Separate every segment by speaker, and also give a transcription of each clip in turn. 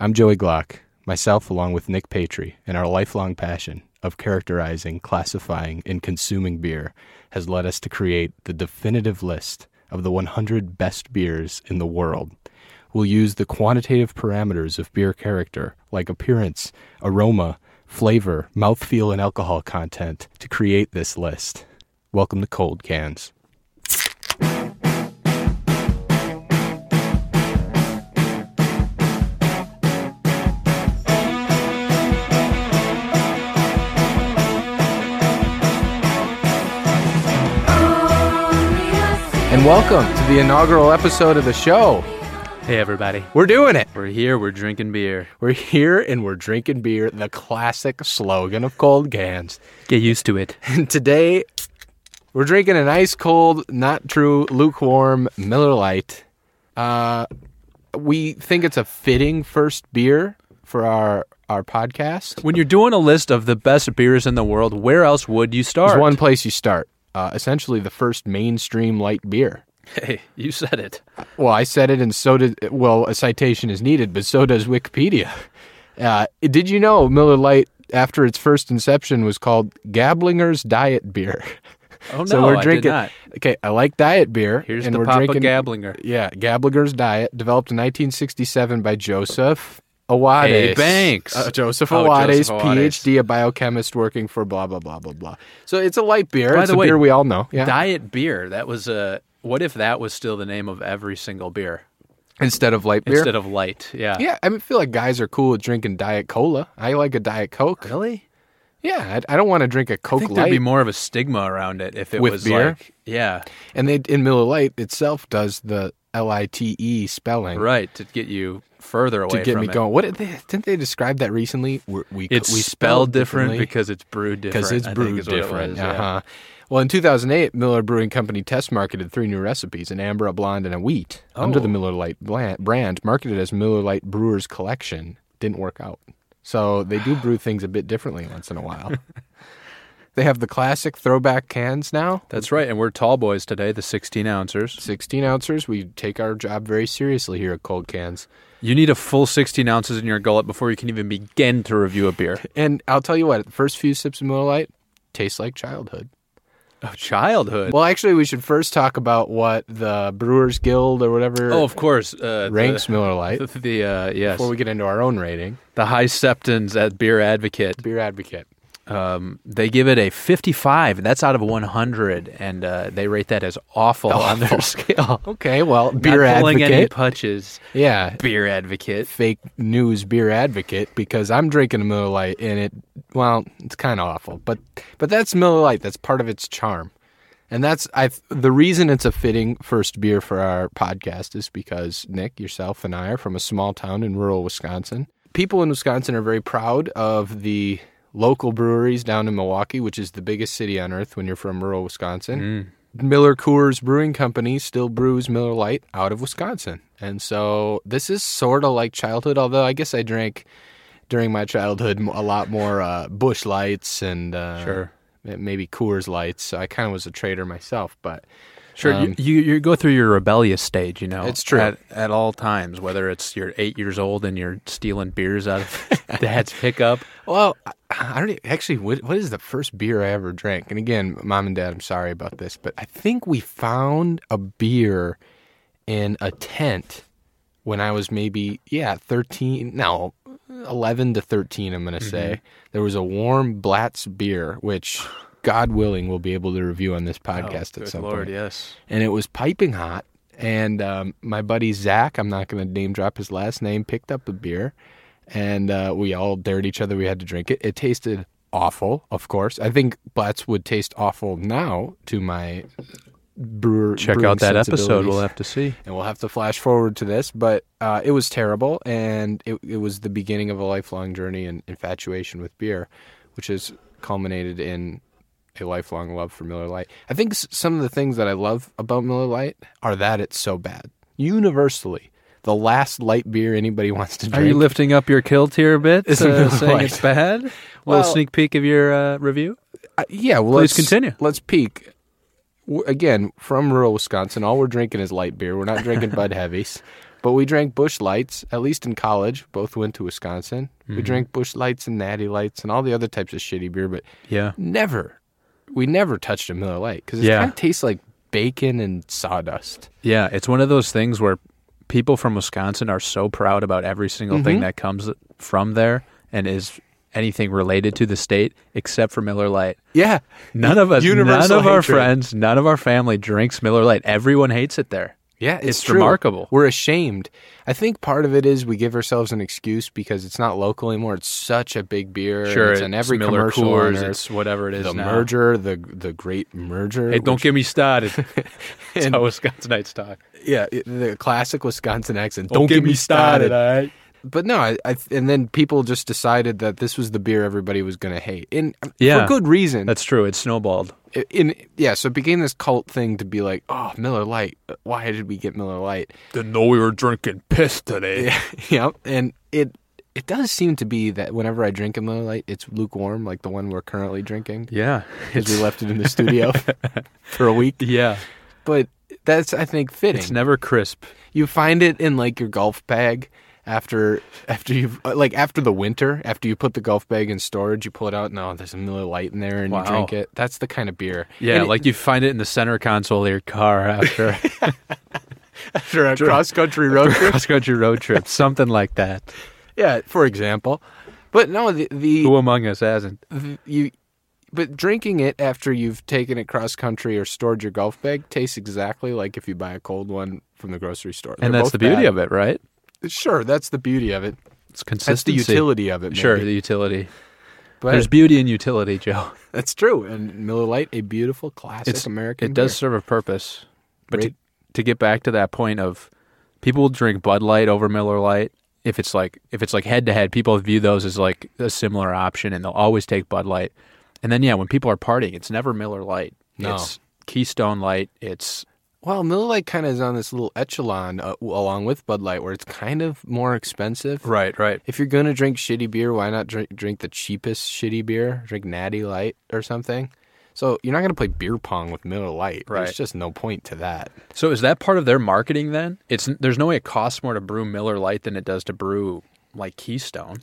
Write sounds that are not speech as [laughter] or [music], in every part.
Speaker 1: I'm Joey Glock, myself along with Nick Patry, and our lifelong passion of characterizing, classifying, and consuming beer has led us to create the definitive list of the 100 best beers in the world. We'll use the quantitative parameters of beer character, like appearance, aroma, flavor, mouthfeel, and alcohol content, to create this list. Welcome to Cold Cans. And welcome to the inaugural episode of the show.
Speaker 2: Hey everybody,
Speaker 1: We're doing it.
Speaker 2: we're here. We're drinking beer.
Speaker 1: We're here and we're drinking beer, the classic slogan of Cold Cans.
Speaker 2: Get used to it. [laughs]
Speaker 1: And today, we're drinking an ice cold, not true, lukewarm Miller Lite. Uh, we think it's a fitting first beer for our our podcast.
Speaker 2: When you're doing a list of the best beers in the world, where else would you
Speaker 1: There's
Speaker 2: start?
Speaker 1: one place you start. Uh, essentially, the first mainstream light beer.
Speaker 2: Hey, you said it.
Speaker 1: Well, I said it, and so did. Well, a citation is needed, but so does Wikipedia. Uh, did you know Miller Lite, after its first inception, was called Gablinger's Diet Beer? [laughs]
Speaker 2: Oh no,
Speaker 1: so we're drinking.
Speaker 2: I did not.
Speaker 1: Okay, I like diet beer.
Speaker 2: Here's
Speaker 1: and
Speaker 2: the
Speaker 1: we're
Speaker 2: Papa
Speaker 1: drinking,
Speaker 2: Gablinger.
Speaker 1: Yeah, Gabliger's Diet, developed in 1967 by Joseph Awades.
Speaker 2: Hey, Banks.
Speaker 1: Uh, Joseph
Speaker 2: Oh,
Speaker 1: Awades,
Speaker 2: Joseph Awades.
Speaker 1: PhD, a biochemist working for blah blah blah blah blah. So it's a light beer.
Speaker 2: By
Speaker 1: it's
Speaker 2: the
Speaker 1: a
Speaker 2: way,
Speaker 1: beer we all know. Yeah.
Speaker 2: Diet beer. That was a. What if that was still the name of every single beer
Speaker 1: instead of light beer.
Speaker 2: instead of light? Yeah.
Speaker 1: yeah, I mean, feel like guys are cool with drinking diet cola. I like a diet coke.
Speaker 2: Really?
Speaker 1: Yeah, I, I don't want to drink a
Speaker 2: I
Speaker 1: coke
Speaker 2: think
Speaker 1: light.
Speaker 2: there'd be more of a stigma around it if it
Speaker 1: With
Speaker 2: was
Speaker 1: beer?
Speaker 2: like. Yeah.
Speaker 1: and they in Miller Lite itself does the L I T E spelling.
Speaker 2: Right to get you further away
Speaker 1: to get
Speaker 2: from
Speaker 1: me
Speaker 2: it.
Speaker 1: going. What did they, didn't they describe that recently? We're, we
Speaker 2: It's
Speaker 1: we
Speaker 2: spelled different
Speaker 1: differently
Speaker 2: because it's brewed different.
Speaker 1: because it's
Speaker 2: I think
Speaker 1: brewed
Speaker 2: is what it
Speaker 1: different.
Speaker 2: was, yeah.
Speaker 1: uh-huh. Well, in 2008, Miller Brewing Company test marketed three new recipes: an amber, a blonde, and a wheat under the
Speaker 2: Oh.
Speaker 1: Miller Lite blan- brand, marketed as Miller Lite Brewers Collection. Didn't work out, so they do
Speaker 2: [sighs]
Speaker 1: brew things a bit differently once in a while. [laughs] they have the classic throwback cans now.
Speaker 2: That's right, and we're tall boys today, the 16 ouncers.
Speaker 1: 16 ounces. We take our job very seriously here at Cold Cans.
Speaker 2: You need a full 16 ounces in your gullet before you can even begin to review a [laughs] beer.
Speaker 1: And I'll tell you what, the first few sips of Miller Lite taste like childhood.
Speaker 2: Oh, childhood.
Speaker 1: Well, actually, we should first talk about what the Brewers Guild or whatever
Speaker 2: oh, of course. Uh,
Speaker 1: ranks
Speaker 2: [laughs] the,
Speaker 1: Miller Lite
Speaker 2: the, the, uh, yes,
Speaker 1: before we get into our own rating.
Speaker 2: the High Septons at Beer Advocate.
Speaker 1: Beer Advocate.
Speaker 2: Um, they give it a 55, and that's out of 100, and uh, they rate that as [laughs] awful on their [laughs] scale.
Speaker 1: Okay, well, Beer
Speaker 2: Not pulling any
Speaker 1: Advocate.
Speaker 2: punches.
Speaker 1: yeah,
Speaker 2: Beer Advocate.
Speaker 1: fake news Beer Advocate because I'm drinking a Miller Lite and it, well, it's kind of awful, but but that's Miller Lite. That's part of its charm, and that's I the reason it's a fitting first beer for our podcast is because Nick, yourself, and I are from a small town in rural Wisconsin. People in Wisconsin are very proud of the local breweries down in Milwaukee, which is the biggest city on earth when you're from rural Wisconsin. Miller Coors Brewing Company still brews Miller Lite out of Wisconsin. And so this is sort of like childhood, although I guess I drank during my childhood a lot more uh, Bush Lights and uh,
Speaker 2: Sure.
Speaker 1: maybe Coors Lights. So I kind of was a trader myself, but
Speaker 2: Sure, you-
Speaker 1: Um,
Speaker 2: you, you go through your rebellious stage, you know.
Speaker 1: It's true.
Speaker 2: at, at all times, whether it's you're eight years old and you're stealing beers out [laughs] of dad's pickup.
Speaker 1: Well, I, I don't e- actually. What, what is the first beer I ever drank? And again, mom and dad, I'm sorry about this, but I think we found a beer in a tent when I was maybe yeah, 13. No, 11 to 13. I'm gonna say
Speaker 2: Mm-hmm.
Speaker 1: there was a warm Blatz beer, which God willing, we'll be able to review on this podcast at
Speaker 2: Oh, Good
Speaker 1: some
Speaker 2: Lord,
Speaker 1: point
Speaker 2: yes.
Speaker 1: and it was piping hot. And um, my buddy Zach, I'm not going to name drop his last name, picked up the beer, and uh, we all dared each other. We had to drink it. It tasted awful, of course. I think Blatz would taste awful now to my brewer.
Speaker 2: Check
Speaker 1: brewing
Speaker 2: out that episode.
Speaker 1: sensibilities.
Speaker 2: We'll have to see.
Speaker 1: and we'll have to flash forward to this, but uh, it was terrible, and it, it was the beginning of a lifelong journey and infatuation with beer, which has culminated in a lifelong love for Miller Lite. I think s- some of the things that I love about Miller Lite are that it's so bad. Universally, the last light beer anybody [laughs] wants to
Speaker 2: Are you
Speaker 1: drink.
Speaker 2: lifting up your kilt here a bit?
Speaker 1: It's
Speaker 2: uh,
Speaker 1: Miller
Speaker 2: saying
Speaker 1: Lite.
Speaker 2: it's [laughs] bad? Little
Speaker 1: Well-
Speaker 2: sneak peek of your uh, review?
Speaker 1: Uh, yeah, well, let's,
Speaker 2: Please continue.
Speaker 1: Let's peek.
Speaker 2: [laughs]
Speaker 1: W- Again, from rural Wisconsin, all we're drinking is light beer. We're not drinking Bud Heavies. But we drank Bush Lights, at least in college. Both went to Wisconsin.
Speaker 2: Mm-hmm.
Speaker 1: We drank Bush Lights and Natty Lights and all the other types of shitty beer, but
Speaker 2: Yeah.
Speaker 1: never, we never touched a Miller Lite because it
Speaker 2: Yeah.
Speaker 1: kind of tastes like bacon and sawdust.
Speaker 2: Yeah, it's one of those things where people from Wisconsin are so proud about every single thing that comes from there and is anything related to the state except for Miller Lite.
Speaker 1: Yeah.
Speaker 2: None of us,
Speaker 1: Universal
Speaker 2: none of our
Speaker 1: hatred.
Speaker 2: friends, none of our family drinks Miller Lite. Everyone hates it there.
Speaker 1: Yeah, it's,
Speaker 2: It's
Speaker 1: true.
Speaker 2: remarkable.
Speaker 1: We're ashamed. I think part of it is we give ourselves an excuse because it's not local anymore. It's such a big beer. and it's in every
Speaker 2: Miller
Speaker 1: commercial. on
Speaker 2: Coors,
Speaker 1: Earth.
Speaker 2: it's whatever it is
Speaker 1: the
Speaker 2: now.
Speaker 1: merger, the the great merger.
Speaker 2: Hey, don't
Speaker 1: which-
Speaker 2: get
Speaker 1: [laughs]
Speaker 2: me started. That's how Wisconsinites talk.
Speaker 1: yeah, it- the classic Wisconsin accent. Don't, get me started.
Speaker 2: all right?
Speaker 1: But no, I, I and then people just decided that this was the beer everybody was going to hate, and um,
Speaker 2: Yeah.
Speaker 1: for good reason.
Speaker 2: That's true. It snowballed.
Speaker 1: I- in yeah, so it became this cult thing to be like, oh, Miller Lite. Why did we get Miller Lite? [laughs]
Speaker 2: Didn't know we were drinking piss today.
Speaker 1: yeah, and it it does seem to be that whenever I drink a Miller Lite, it's lukewarm, like the one we're currently drinking
Speaker 2: Yeah. [laughs]
Speaker 1: because we left it in the studio [laughs] for a week.
Speaker 2: Yeah.
Speaker 1: But that's I think fitting.
Speaker 2: It's never crisp.
Speaker 1: you find it in like your golf bag after after you've uh, like after the winter after you put the golf bag in storage you pull it out and oh there's a Miller Lite in there and
Speaker 2: Wow.
Speaker 1: you drink it that's the kind of beer
Speaker 2: Yeah,
Speaker 1: And it-
Speaker 2: like you find it in the center console of your
Speaker 1: [laughs]
Speaker 2: car after a
Speaker 1: after a cross country
Speaker 2: [laughs]
Speaker 1: road trip
Speaker 2: cross country road trip, something like that.
Speaker 1: yeah for example but no the, the
Speaker 2: Who among us hasn't?
Speaker 1: you but drinking it after you've taken it cross country or stored your golf bag tastes exactly like if you buy a cold one from the grocery store
Speaker 2: And that's the beauty of it, right?
Speaker 1: it sure that's the beauty of it that's
Speaker 2: It's consistency.
Speaker 1: the utility of it maybe.
Speaker 2: Sure, the utility.
Speaker 1: but
Speaker 2: There's beauty in utility, Joe.
Speaker 1: That's true. And Miller Lite, a beautiful classic
Speaker 2: It's-
Speaker 1: American.
Speaker 2: It does
Speaker 1: beer.
Speaker 2: serve a purpose. But to,
Speaker 1: Right.
Speaker 2: to get back to that point of people will drink Bud Light over Miller Lite if it's like if it's like head to head, people view those as like a similar option and they'll always take Bud Light. And then yeah, when people are partying, it's never Miller Lite.
Speaker 1: No.
Speaker 2: It's Keystone Light. It's
Speaker 1: Well, Miller Lite kind of is on this little echelon uh, along with Bud Light, where it's kind of more expensive.
Speaker 2: Right, right.
Speaker 1: If you're gonna drink shitty beer, why not drink drink the cheapest shitty beer? Drink Natty Light or something. So you're not gonna play beer pong with Miller Lite.
Speaker 2: Right.
Speaker 1: There's just no point to that.
Speaker 2: So is that part of their marketing then? It's there's no way it costs more to brew Miller Lite than it does to brew like Keystone.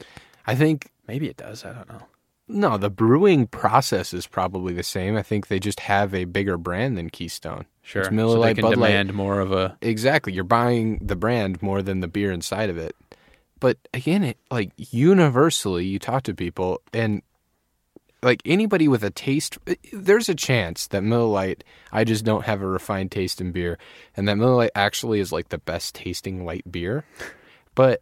Speaker 1: I think
Speaker 2: Maybe it does. I don't know.
Speaker 1: no, the brewing process is probably the same. I think they just have a bigger brand than Keystone.
Speaker 2: Sure.
Speaker 1: it's Miller
Speaker 2: so they
Speaker 1: Lite,
Speaker 2: can
Speaker 1: Bud Light,
Speaker 2: demand more of a.
Speaker 1: Exactly. You're buying the brand more than the beer inside of it. But again, it like universally you talk to people and like anybody with a taste eh, there's a chance that Miller Lite I just don't have a refined taste in beer and that Miller Lite actually is like the best tasting light beer. But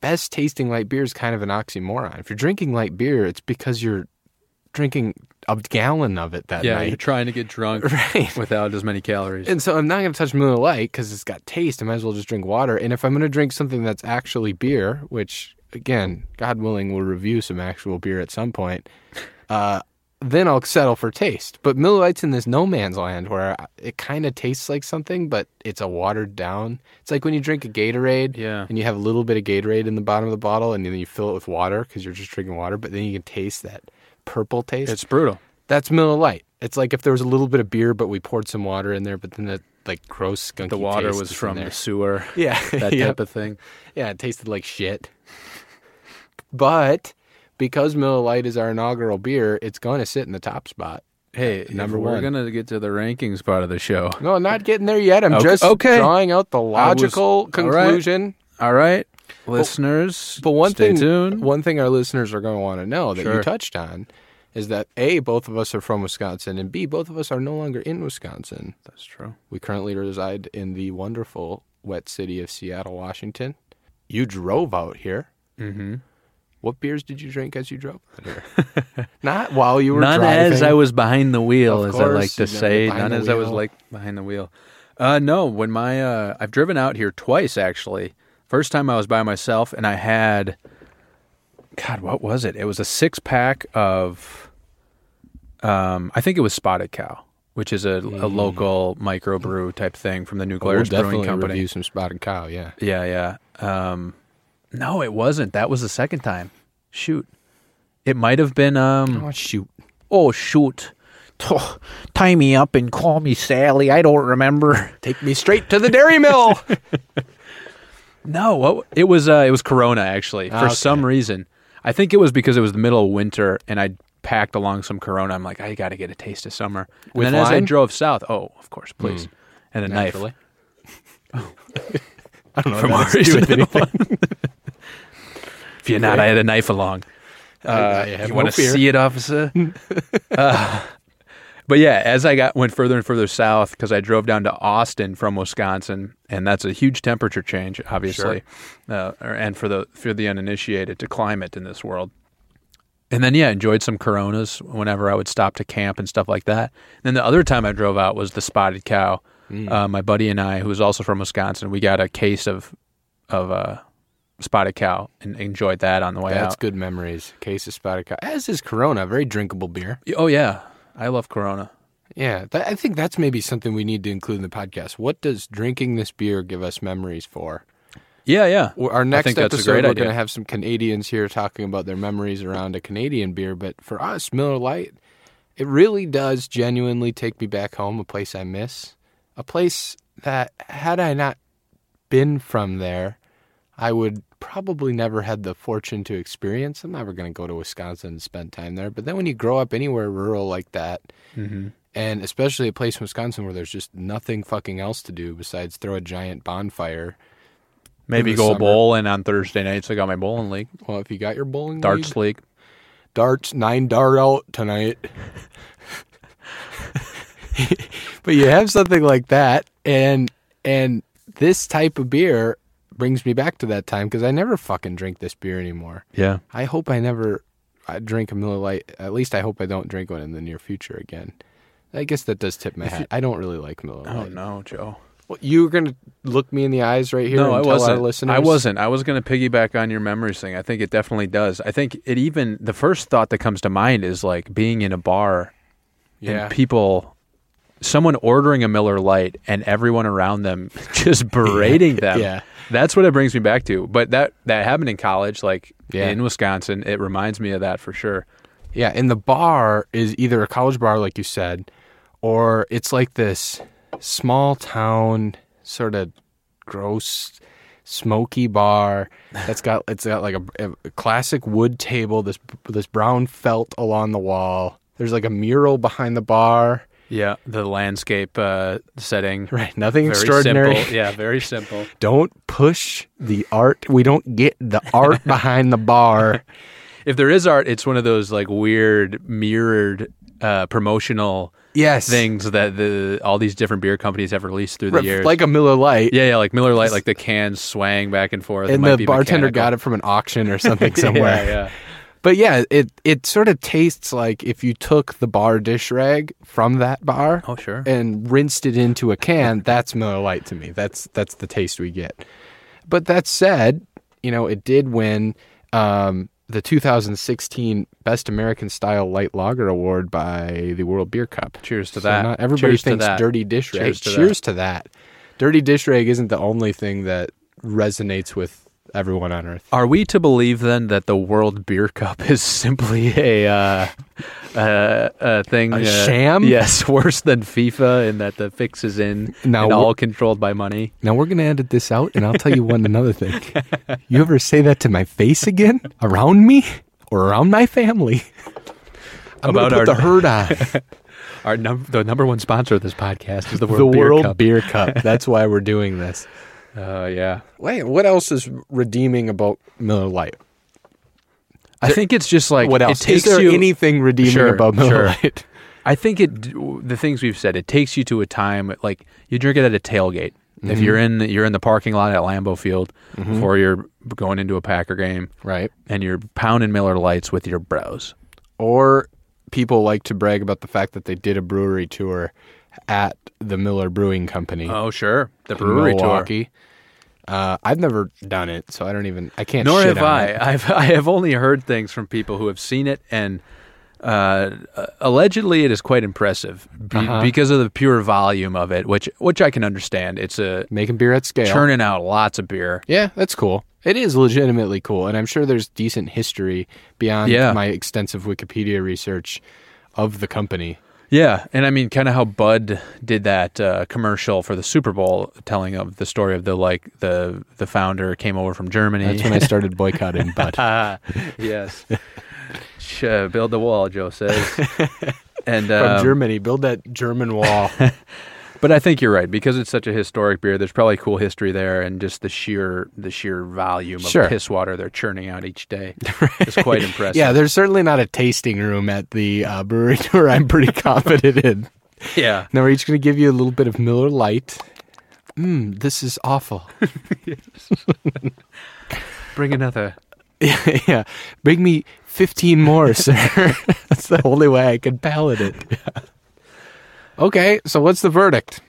Speaker 1: best tasting light beer is kind of an oxymoron. If you're drinking light beer, it's because you're drinking a gallon of it that
Speaker 2: [laughs] Yeah,
Speaker 1: night.
Speaker 2: you're trying to get drunk [laughs]
Speaker 1: [laughs] Right.
Speaker 2: without as many calories.
Speaker 1: And so I'm not going to touch Miller Lite because it's got taste. I might as well just drink water. And if I'm going to drink something that's actually beer, which again, God willing, we'll review some actual beer at some point, [laughs] uh, then I'll settle for taste. But Miller Lite's in this no man's land where it kind of tastes like something, but it's a watered down. It's like when you drink a Gatorade
Speaker 2: Yeah.
Speaker 1: and you have a little bit of Gatorade in the bottom of the bottle and then you fill it with water because you're just drinking water, but then you can taste that purple taste.
Speaker 2: It's brutal.
Speaker 1: That's Miller Lite. It's like if there was a little bit of beer, but we poured some water in there, but then the like gross skunky.
Speaker 2: The water
Speaker 1: taste
Speaker 2: was
Speaker 1: is in
Speaker 2: from
Speaker 1: there.
Speaker 2: the sewer.
Speaker 1: [laughs] yeah,
Speaker 2: That
Speaker 1: yeah,
Speaker 2: type of thing.
Speaker 1: yeah. It tasted like shit. But because Miller Lite is our inaugural beer, it's going to sit in the top spot. Hey, number
Speaker 2: If We're
Speaker 1: one.
Speaker 2: gonna get to the rankings part of the show.
Speaker 1: No, I'm not getting there yet. I'm
Speaker 2: Okay-
Speaker 1: just
Speaker 2: okay.
Speaker 1: drawing out the
Speaker 2: was-
Speaker 1: logical
Speaker 2: all right.
Speaker 1: conclusion.
Speaker 2: All right, listeners.
Speaker 1: But one
Speaker 2: stay
Speaker 1: thing,
Speaker 2: tuned.
Speaker 1: one thing our listeners are going to want to know that you
Speaker 2: Sure.
Speaker 1: touched on is that a both of us are from Wisconsin, and b both of us are no longer in Wisconsin.
Speaker 2: That's true.
Speaker 1: We currently reside in the wonderful wet city of Seattle, Washington. You drove out here.
Speaker 2: Mm-hmm.
Speaker 1: What beers did you drink as you drove out here? [laughs] Not while you were
Speaker 2: none
Speaker 1: driving.
Speaker 2: as I was behind the wheel,
Speaker 1: Of
Speaker 2: as I
Speaker 1: course,
Speaker 2: like to
Speaker 1: you gotta
Speaker 2: say.
Speaker 1: be behind
Speaker 2: None
Speaker 1: the
Speaker 2: as I was
Speaker 1: wheel.
Speaker 2: like behind the wheel. Uh, no, when my uh, I've driven out here twice actually. First time I was by myself, and I had, God, what was it? It was a six pack of, um, I think it was Spotted Cow, which is a,
Speaker 1: Mm.
Speaker 2: a local microbrew type thing from the New
Speaker 1: we'll
Speaker 2: Glarus
Speaker 1: definitely
Speaker 2: Brewing Company.
Speaker 1: review some Spotted Cow. Yeah,
Speaker 2: Yeah, yeah. Um, no, it wasn't. That was the second time. Shoot, it might have been. Um,
Speaker 1: oh shoot,
Speaker 2: Oh shoot. Tie me up and call me Sally. I don't remember.
Speaker 1: take me straight to the dairy mill.
Speaker 2: No, what, it was uh, it was Corona actually. For
Speaker 1: Okay.
Speaker 2: some reason, I think it was because it was the middle of winter and I packed along some Corona. I'm like, I got to get a taste of summer.
Speaker 1: With
Speaker 2: and then as I
Speaker 1: lime?
Speaker 2: drove south, oh, of course, please, and a
Speaker 1: Naturally.
Speaker 2: [laughs] knife Oh.
Speaker 1: [laughs] I don't know
Speaker 2: [laughs] from
Speaker 1: if that
Speaker 2: our
Speaker 1: has to do with anything.
Speaker 2: [laughs] If you're not, I had a knife along. [laughs]
Speaker 1: I- I
Speaker 2: Uh,
Speaker 1: have
Speaker 2: you
Speaker 1: no
Speaker 2: want to
Speaker 1: fear.
Speaker 2: see
Speaker 1: [laughs]
Speaker 2: it, officer? Uh, but yeah, as I got went further and further south, because I drove down to Austin from Wisconsin, and that's a huge temperature change, obviously, uh, or- and for the for the uninitiated to climate in this world. And then yeah, enjoyed some Coronas whenever I would stop to camp and stuff like that. And then the other time I drove out was the Spotted Cow.
Speaker 1: Mm.
Speaker 2: Uh, my buddy and I, who was also from Wisconsin, we got a case of of uh, Spotted Cow and enjoyed that on the way out.
Speaker 1: That's good memories. Case of spotted cow, as is Corona, very drinkable beer.
Speaker 2: Oh yeah, I love Corona.
Speaker 1: Yeah, that, I think that's maybe something we need to include in the podcast. What does drinking this beer give us memories for?
Speaker 2: Yeah, yeah.
Speaker 1: Well, Our next
Speaker 2: think that's a
Speaker 1: episode,
Speaker 2: great
Speaker 1: we're
Speaker 2: idea.
Speaker 1: going to have some Canadians here talking about their memories around a Canadian beer. But for us, Miller Lite, it really does genuinely take me back home, a place I miss, a place that had I not been from there, I would probably never had the fortune to experience. I'm never going to go to Wisconsin and spend time there. But then when you grow up anywhere rural like that,
Speaker 2: Mm-hmm.
Speaker 1: and especially a place in Wisconsin where there's just nothing fucking else to do besides throw a giant bonfire
Speaker 2: Maybe
Speaker 1: in the
Speaker 2: go
Speaker 1: summer.
Speaker 2: bowling on Thursday nights. I got my bowling league,
Speaker 1: Well, if you got your bowling
Speaker 2: darts
Speaker 1: league,
Speaker 2: league.
Speaker 1: darts nine dart out tonight. [laughs] but you have something like that, and and this type of beer brings me back to that time because I never fucking drink this beer anymore.
Speaker 2: Yeah,
Speaker 1: I hope I never I drink a Miller Lite. At least I hope I don't drink one in the near future again. I guess that does tip my hat. I don't really like Miller
Speaker 2: I
Speaker 1: Lite.
Speaker 2: don't know, Oh, Joe.
Speaker 1: Well, you were gonna look me in the eyes right here
Speaker 2: no, I
Speaker 1: and tell our
Speaker 2: wasn't.
Speaker 1: listeners.
Speaker 2: I wasn't. I was going to piggyback on your memories thing. I think it definitely does. I think it even the first thought that comes to mind is like being in a bar
Speaker 1: Yeah.
Speaker 2: and people, someone ordering a Miller Light and everyone around them [laughs] just berating them.
Speaker 1: Yeah.
Speaker 2: that's what it brings me back to. But that that happened in college, like
Speaker 1: Yeah.
Speaker 2: in Wisconsin. It reminds me of that for sure.
Speaker 1: Yeah, and the bar is either a college bar, like you said, or it's like this small town sort of gross, smoky bar that's got it's got like a, a classic wood table, this this brown felt along the wall. There's like a mural behind the bar. [laughs]
Speaker 2: Yeah, the landscape uh, setting.
Speaker 1: Right, nothing
Speaker 2: Very
Speaker 1: extraordinary.
Speaker 2: simple. [laughs] Yeah, very simple.
Speaker 1: [laughs] Don't push the art. We don't get the
Speaker 2: [laughs]
Speaker 1: art behind the bar.
Speaker 2: if there is art, it's one of those like weird mirrored uh, promotional
Speaker 1: Yes,
Speaker 2: things that the all these different beer companies have released through the years.
Speaker 1: like a Miller Lite.
Speaker 2: yeah, yeah, like Miller Lite, like the cans swang back and forth. It
Speaker 1: and
Speaker 2: might
Speaker 1: the
Speaker 2: be
Speaker 1: bartender
Speaker 2: mechanical.
Speaker 1: got it from an auction
Speaker 2: [laughs]
Speaker 1: or something somewhere.
Speaker 2: Yeah, yeah.
Speaker 1: But yeah, it it sort of tastes like if you took the bar dish rag from that bar
Speaker 2: Oh, sure.
Speaker 1: and rinsed it into a can. [laughs] that's Miller Lite to me. That's that's the taste we get. But that said, you know, it did win um, the 2016 Best American Style Light Lager Award by the World Beer Cup.
Speaker 2: Cheers to
Speaker 1: So
Speaker 2: that.
Speaker 1: not- everybody
Speaker 2: Cheers to
Speaker 1: thinks
Speaker 2: that.
Speaker 1: dirty dish rag.
Speaker 2: Cheers
Speaker 1: Cheers,
Speaker 2: to
Speaker 1: to,
Speaker 2: that.
Speaker 1: that. Dirty dish rag isn't the only thing that resonates with everyone on earth.
Speaker 2: Are we to believe then that the World Beer Cup [laughs] is simply a uh, uh, a thing,
Speaker 1: A
Speaker 2: uh,
Speaker 1: sham?
Speaker 2: Yes, [laughs] worse than FIFA, and that the fix is in
Speaker 1: Now
Speaker 2: and
Speaker 1: we're-
Speaker 2: all controlled by money.
Speaker 1: Now we're gonna edit this out, and I'll tell you one another thing. You ever say that to my face again, around me, or around my family? I'm
Speaker 2: About
Speaker 1: gonna put the
Speaker 2: our-
Speaker 1: herd [laughs] on
Speaker 2: Our num- the number one sponsor of this podcast is the World
Speaker 1: the
Speaker 2: Beer
Speaker 1: World
Speaker 2: Cup.
Speaker 1: Beer Cup. That's why we're doing this.
Speaker 2: Uh, yeah.
Speaker 1: Wait, what else is redeeming about Miller Lite?
Speaker 2: I think it's just like
Speaker 1: What else?
Speaker 2: It takes
Speaker 1: is there
Speaker 2: you,
Speaker 1: anything redeeming
Speaker 2: Sure,
Speaker 1: about Miller
Speaker 2: sure.
Speaker 1: Lite?
Speaker 2: I think it the things we've said. It takes you to a time like you drink it at a tailgate.
Speaker 1: Mm-hmm.
Speaker 2: If you're in you're in the parking lot at Lambeau Field before you're going into a Packer game,
Speaker 1: [laughs] Right.
Speaker 2: and you're pounding Miller Lights with your bros.
Speaker 1: Or people like to brag about the fact that they did a brewery tour at the Miller Brewing Company.
Speaker 2: Oh sure, the
Speaker 1: in
Speaker 2: brewery tour.
Speaker 1: Milwaukee. Uh, I've never done it, so I don't even. I can't.
Speaker 2: Nor
Speaker 1: shit
Speaker 2: have
Speaker 1: on
Speaker 2: I.
Speaker 1: it.
Speaker 2: I've [laughs] I have only heard things from people who have seen it, and uh, allegedly it is quite impressive be- because of the pure volume of it, which which I can understand. It's a
Speaker 1: making beer at scale.
Speaker 2: churning out lots of beer.
Speaker 1: Yeah, that's cool. It is legitimately cool, and I'm sure there's decent history beyond
Speaker 2: Yeah.
Speaker 1: my extensive Wikipedia research of the company.
Speaker 2: Yeah, and I mean, kind of how Bud did that uh, commercial for the Super Bowl, telling of the story of the like the the founder came over from Germany.
Speaker 1: That's when I started boycotting
Speaker 2: [laughs]
Speaker 1: Bud.
Speaker 2: Ah, yes. Sh- uh, build the wall,
Speaker 1: [laughs]
Speaker 2: Joe says. And
Speaker 1: From
Speaker 2: um,
Speaker 1: Germany, build that German
Speaker 2: [laughs]
Speaker 1: wall.
Speaker 2: but I think you're right because it's such a historic beer. There's probably cool history there, and just the sheer the sheer volume of
Speaker 1: Sure.
Speaker 2: piss water they're churning out
Speaker 1: [laughs]
Speaker 2: each day is quite
Speaker 1: [laughs]
Speaker 2: impressive.
Speaker 1: yeah, there's certainly not a tasting room at the uh, brewery [laughs] tour. I'm pretty confident in.
Speaker 2: yeah.
Speaker 1: Now we're each going to give you a little bit of Miller Lite. Mmm, this is awful.
Speaker 2: Bring another.
Speaker 1: yeah, [laughs] yeah. Bring me 15 more, sir. [laughs] That's the only way I can palate it. Okay, so what's the verdict?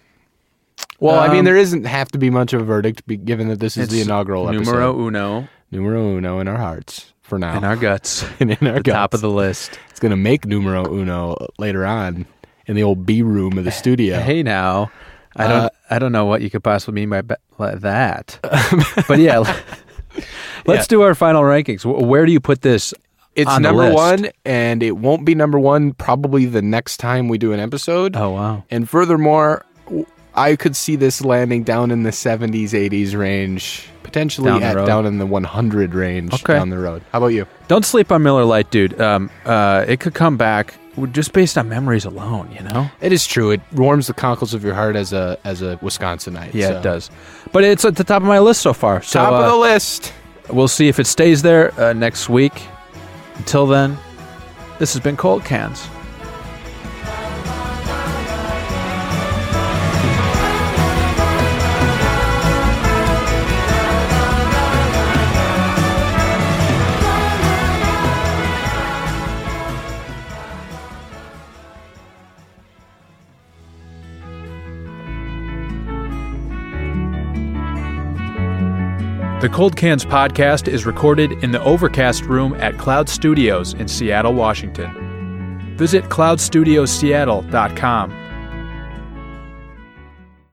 Speaker 1: Well, I mean,
Speaker 2: Um,
Speaker 1: there isn't have to be much of a verdict, be- given that this is the
Speaker 2: It's
Speaker 1: inaugural
Speaker 2: numero
Speaker 1: episode.
Speaker 2: uno
Speaker 1: Numero uno in our hearts for now.
Speaker 2: in our guts,
Speaker 1: [laughs]
Speaker 2: [laughs]
Speaker 1: and in our
Speaker 2: the top
Speaker 1: guts.
Speaker 2: of the list.
Speaker 1: It's going to make numero uno later on in the old B room of the studio.
Speaker 2: Hey now, I don't
Speaker 1: Uh,
Speaker 2: I don't know what you could possibly mean by ba-
Speaker 1: [laughs]
Speaker 2: li- that, but yeah, l- let's do our final rankings. Wh- Where do you put this?
Speaker 1: It's
Speaker 2: on the
Speaker 1: number
Speaker 2: list?
Speaker 1: one, and it won't be number one probably the next time we do an episode.
Speaker 2: Oh wow,
Speaker 1: And furthermore, w- I could see this landing down in the 70s, 80s range, potentially
Speaker 2: Down the
Speaker 1: at
Speaker 2: road.
Speaker 1: down in the 100 range
Speaker 2: Okay.
Speaker 1: down the road. How about you?
Speaker 2: don't sleep on Miller Lite, dude. Um, uh, it could come back w- just based on memories alone. You know?
Speaker 1: It is true. It warms the cockles of your heart as a as a Wisconsinite.
Speaker 2: Yeah,
Speaker 1: so.
Speaker 2: it does. But it's at the top of my list so far. So
Speaker 1: Top
Speaker 2: uh,
Speaker 1: of the list.
Speaker 2: we'll see if it stays there uh, next week. Until then, this has been Cold Cans. The Cold Cans podcast is recorded in the Overcast room at Cloud Studios in Seattle, Washington. Visit cloudstudioseattle.com